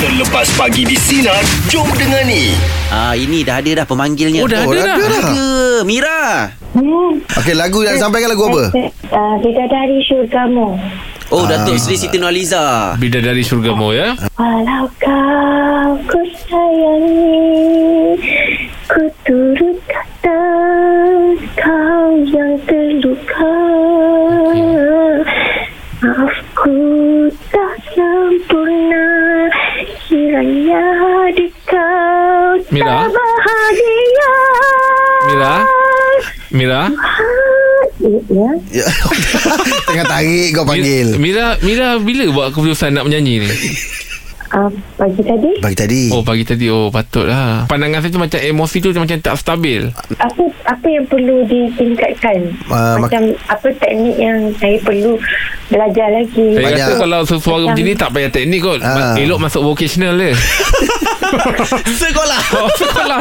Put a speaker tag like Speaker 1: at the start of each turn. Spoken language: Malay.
Speaker 1: Terlepas pagi di Sinar Jom dengar ni
Speaker 2: Ah ini dah ada dah pemanggilnya.
Speaker 3: Oh, dah
Speaker 4: Oh,
Speaker 3: ada dah.
Speaker 4: dah ada dah.
Speaker 2: Ada Mira.
Speaker 5: Hmm.
Speaker 4: Okey, lagu yang sampaikan lagu apa?
Speaker 5: Uh, kita dari syurgamu.
Speaker 2: Oh Datuk
Speaker 4: Ah.
Speaker 2: Sri Siti Nurhaliza.
Speaker 3: Bidadari surga mu ya.
Speaker 5: Walau kau ku sayangi, ku turut kata kau yang terluka. Maafku tak sempurna, kiranya di kau
Speaker 3: Mira?
Speaker 5: tak bahagia.
Speaker 3: Mira? Mira.
Speaker 5: Ah, Ya,
Speaker 4: Ya. Tengah tarik kau panggil.
Speaker 3: Mira, Mira bila buat keputusan nak menyanyi ni?
Speaker 5: uh, pagi tadi
Speaker 4: Pagi tadi.
Speaker 3: Oh pagi tadi oh patutlah. Pandangan saya tu macam emosi tu macam tak stabil.
Speaker 5: apa apa yang perlu ditingkatkan
Speaker 4: Ah, mak-
Speaker 5: macam apa teknik yang saya perlu belajar lagi
Speaker 3: Saya
Speaker 4: Banyak.
Speaker 3: rasa kalau sesuara
Speaker 5: Macam-
Speaker 3: macam ni tak payah teknik kot.
Speaker 4: Ah.
Speaker 3: Elok masuk vocational je.
Speaker 2: Sekolah.
Speaker 3: Oh, sekolah.